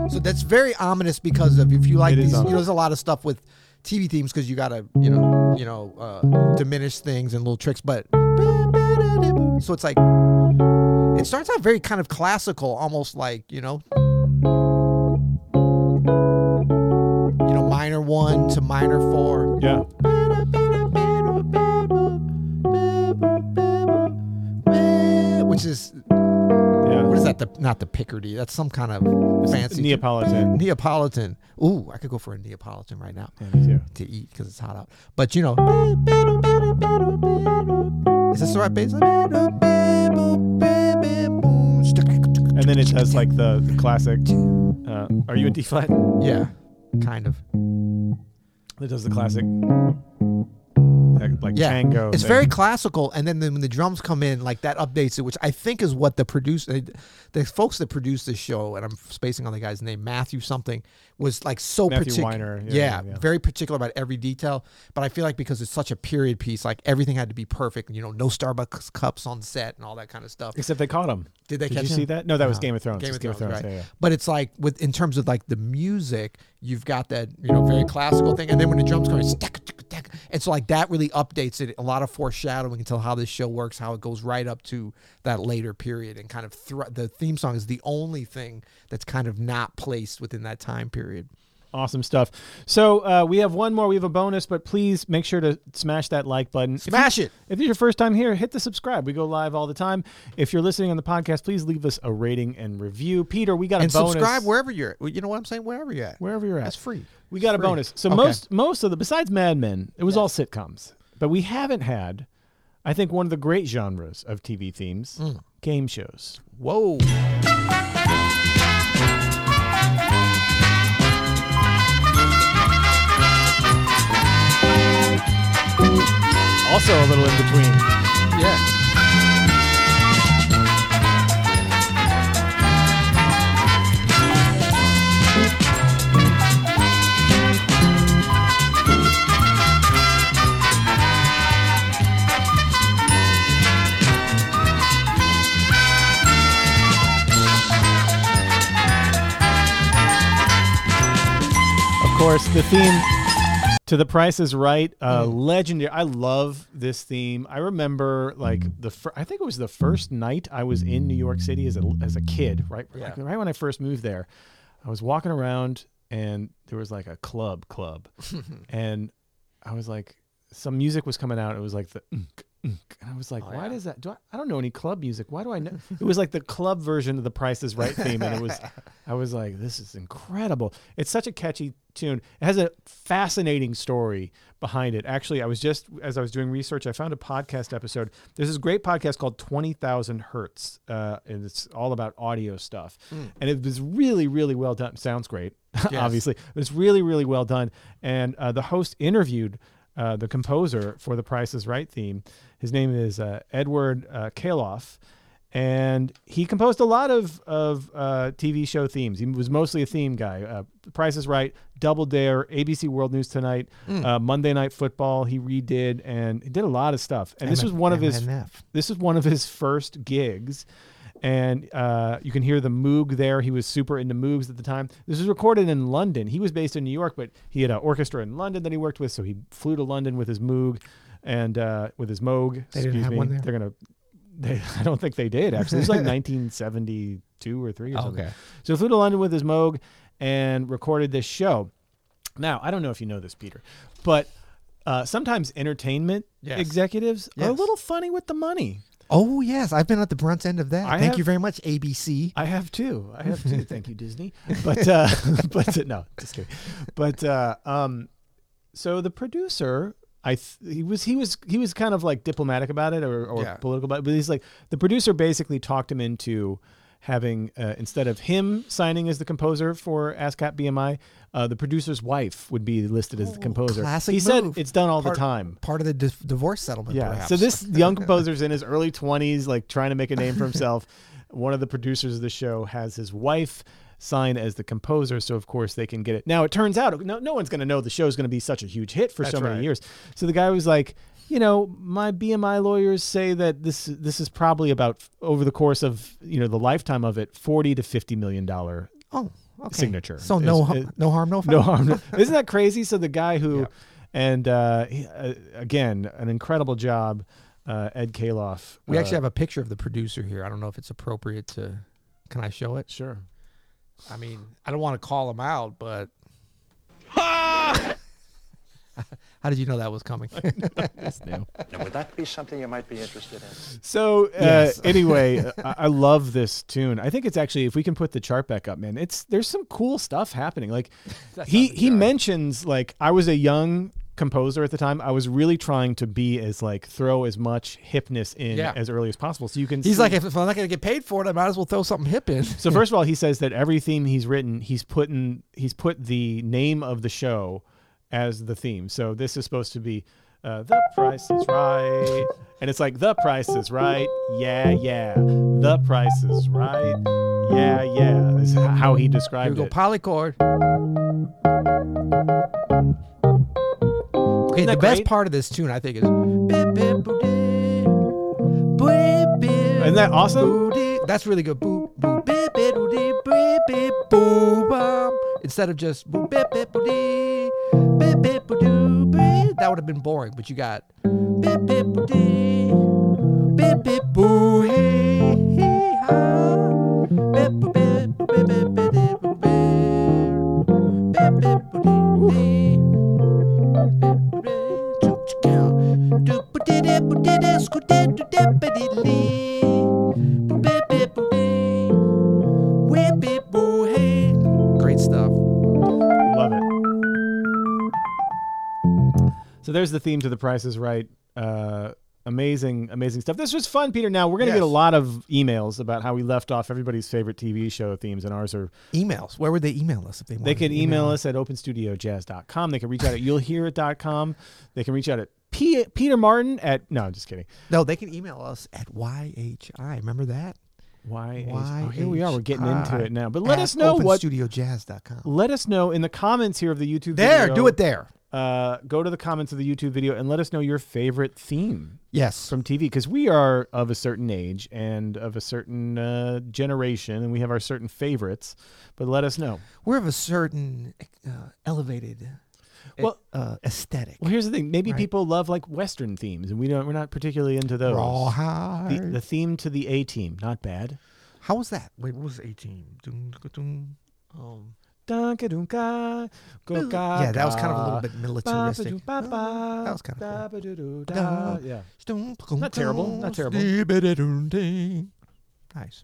S2: So that's very ominous because of if you like
S1: It is
S2: these, you know,
S1: ominous.
S2: there's a lot of stuff with TV themes because you gotta, you know, you know, uh, diminish things and little tricks. But so it's like it starts out very kind of classical, almost like you know, you know, minor one to minor four.
S1: Yeah.
S2: Which is
S1: Yeah.
S2: what is that? The not the Picardy. That's some kind of fancy
S1: Neapolitan.
S2: Neapolitan. Ooh, I could go for a Neapolitan right now
S1: Yeah, me too.
S2: to eat because it's hot out. But you know, is this the right bass?
S1: And then it does like the, the classic. Uh, are you in D flat?
S2: Yeah, kind of.
S1: It does the classic. Like, like
S2: Yeah,
S1: tango.
S2: It's
S1: thing.
S2: very classical, and then the, when the drums come in, like that updates it, which I think is what the producer, the folks that produced this show, and I'm spacing on the guy's name, Matthew something, was like so
S1: Matthew
S2: particular.
S1: Weiner,
S2: Yeah,
S1: yeah, yeah.
S2: very particular about every detail. But I feel like because it's such a period piece, like everything had to be perfect. You know, no Starbucks cups on set and all that kind of stuff.
S1: Except they caught him.
S2: Did they
S1: Did
S2: catch
S1: you
S2: him?
S1: see that? No, that was
S2: No.
S1: Game of Thrones.
S2: Game
S1: It's
S2: of Thrones, right?
S1: yeah, yeah.
S2: But it's like with in terms of like the music, you've got that you know very classical thing, and then when the drums come, it's tack, tack, tack. and so like that really updates it. A lot of foreshadowing until how this show works, how it goes right up to that later period, and kind of thr the theme song is the only thing that's kind of not placed within that time period.
S1: Awesome stuff. So uh, we have one more. We have a bonus, but please make sure to smash that like button. If you-
S2: Smash it.
S1: If it's your first time here, hit the subscribe. We go live all the time. If you're listening on the podcast, please leave us a rating and review. Peter, we got a
S2: and
S1: bonus.
S2: subscribe wherever you're. at. Well, You know what I'm saying? Wherever you're at.
S1: wherever you're at.
S2: That's free.
S1: We got a
S2: Free.
S1: bonus. So
S2: Okay.
S1: most most of the besides Mad Men, it was all sitcoms. But we haven't had, I think, one of the great genres of TV themes,
S2: Hmm.
S1: game shows.
S2: Whoa.
S1: Also a little in between.
S2: Yeah.
S1: Of course, the theme to The Price is Right,
S2: Hmm.
S1: uh, legendary. I love this theme. I remember,
S2: Hmm.
S1: like the fir- I think it was the first night I was in New York City as a as a kid, right? Like, right when I first moved there, I was walking around and there was like a club club, and I was like, some music was coming out. It was like the. "Unk, unk," And I was like, why does that? Do I, I don't know any club music. Why do I know? It was like the club version of the Price is Right theme, and it was, I was like, this is incredible. It's such a catchy tune. It has a fascinating story behind it. Actually, I was just as I was doing research, I found a podcast episode. There's this great podcast called Twenty Thousand Hertz, uh, and it's all about audio stuff, and it was really, really well done. Sounds great, obviously. But it's really, really well done, and uh, the host interviewed uh, the composer for the Price is Right theme. His name is uh, Edward uh, Kaloff. And he composed a lot of of uh, TV show themes. He was mostly a theme guy. Uh, Price is Right, Double Dare, ABC World News Tonight, uh, Monday Night Football. He redid and he did a lot of stuff. And this was one of his
S2: MNF.
S1: this is one of his first gigs and uh, you can hear the moog there he was super into moogs at the time this was recorded in london he was based in new york but he had an orchestra in london that he worked with so he flew to london with his moog and uh, with his moog
S2: didn't
S1: excuse
S2: have
S1: me
S2: one there?
S1: they're gonna they, i don't think they did actually it was like 1972 or 3 or something
S2: Okay.
S1: so he flew to london with his moog and recorded this show now, I don't know if you know this, Peter, but uh, sometimes entertainment
S2: Yes.
S1: executives are a
S2: Yes.
S1: little funny with the money.
S2: Oh yes, I've been at the brunt end of that.
S1: I
S2: Thank
S1: have-
S2: you very much, ABC.
S1: I have two. I have two. Thank you, Disney. But uh, but uh, no, just kidding. But uh, um, so the producer, I th- he was he was he was kind of like diplomatic about it or, or
S2: Yeah.
S1: political about it. But he's like the producer basically talked him into having uh, instead of him signing as the composer for ASCAP BMI, uh, the producer's wife would be listed as the composer.
S2: Oh, classic
S1: he said
S2: move.
S1: it's done all
S2: Part-
S1: the time.
S2: Part of the di- divorce settlement. Perhaps.
S1: So this young composer's in his early 20s, like trying to make a name for himself. One of the producers of the show has his wife sign as the composer, so of course they can get it. Now it turns out no, no one's going to know the show's going to be such a huge hit for so
S2: That's
S1: many
S2: right.
S1: years. So the guy was like, you know, my BMI lawyers say that this this is probably about over the course of you know the lifetime of it, forty to fifty million dollar
S2: oh okay.
S1: signature.
S2: So no
S1: It's-
S2: har-
S1: it-
S2: no harm, no foul.
S1: no harm. no- Isn't that crazy? So the guy who, and uh, he, uh, again, an incredible job, uh, Ed Kaloff.
S2: We actually have a picture of the producer here. I don't know if it's appropriate to. Can I show it?
S1: sure.
S2: I mean, I don't want to call him out, but. How did you know that was coming?
S6: Now, would that be something you might be interested in?
S1: So uh,
S2: Yes.
S1: anyway, uh, I, I love this tune. I think it's actually if we can put the chart back up, man. It's there's some cool stuff happening. Like he he mentions like I was a young composer at the time. I was really trying to be as like throw as much hipness in
S2: Yeah.
S1: as early as possible. So you can
S2: He's
S1: see-
S2: like, if, if I'm not going to get paid for it, I might as well throw something hip in.
S1: So first of all, he says that every theme he's written, he's put in, he's put the name of the show as the theme. So this is supposed to be uh, the price is right, and it's like the price is right, yeah, yeah, the price is right, yeah, yeah. This is how he
S2: Here we
S1: described
S2: go,
S1: it.
S2: polychord. Okay, the
S1: that
S2: best
S1: great?
S2: part of this tune, I think, is. Isn't
S1: Isn't that awesome?
S2: That's really good. Boo, boo, beep, beep, boo, dee, beep, beep, boo, bum. Instead of just boo, beep, beep, boo, dee, beep, beep, boo, doo, beep. That would have been boring, but you got beep, beep, boo, dee, beep, beep, boo, hey, hey, ha. Beep, boo, beep, boo, beep, beep, beep, dee, boo, beep. Beep, beep, boo, dee, dee. Great stuff.
S1: Love it. So there's the theme to The Price is Right. Uh, amazing, amazing stuff. This was fun, Peter. Now we're gonna get a
S2: Yes.
S1: lot of emails about how we left off everybody's favorite TV show themes, and ours are
S2: Emails. Where would they email us if they wanted
S1: They could
S2: to
S1: email us at openstudiojazz.com. They can reach out at you'llhearit.com. They can reach out at P- Peter Martin at no, I'm just kidding.
S2: No, they can email us at YHI. Remember that?
S1: Why?
S2: Why
S1: Oh, here we are. We're getting into
S2: HI
S1: it now. But let
S2: at
S1: us know what.
S2: openstudiojazz.com.
S1: Let us know in the comments here of the YouTube.
S2: There,
S1: video.
S2: do it there.
S1: uh, go to the comments of the YouTube video and let us know your favorite theme
S2: Yes.
S1: from TV because we are of a certain age and of a certain uh, generation, and we have our certain favorites. But let us know.
S2: We're of a certain uh, elevated
S1: Well-
S2: uh, aesthetic.
S1: Well, here's the thing: maybe
S2: Right.
S1: people love like Western themes, and we don't. We're not particularly into those. The,
S2: Rawhide.
S1: the theme to the A Team, not bad.
S2: How was that? Wait, what was 18? Dun, dun, dun. Um,
S1: Dunka dunka, go ga
S2: yeah, that was kind of a
S1: ga,
S2: little bit militaristic. Oh,
S1: ba ba ba,
S2: That was kind of
S1: da-ba-doo-doo, da.
S2: Da.
S1: uh, Yeah.
S2: cool.
S1: Not terrible, not terrible.
S2: Nice.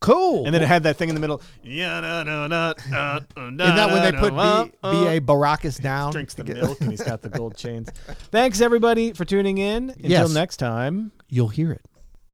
S2: Cool.
S1: And then it had that thing in the middle. Yeah, no, no, no. uh, uh,
S2: Isn't that when they put
S1: uh,
S2: B-
S1: uh,
S2: B.A. Baracus down?
S1: drinks the
S2: to get-
S1: milk and he's got the gold chains. Thanks everybody for tuning in. Until
S2: Yes.
S1: next time.
S2: You'll hear it.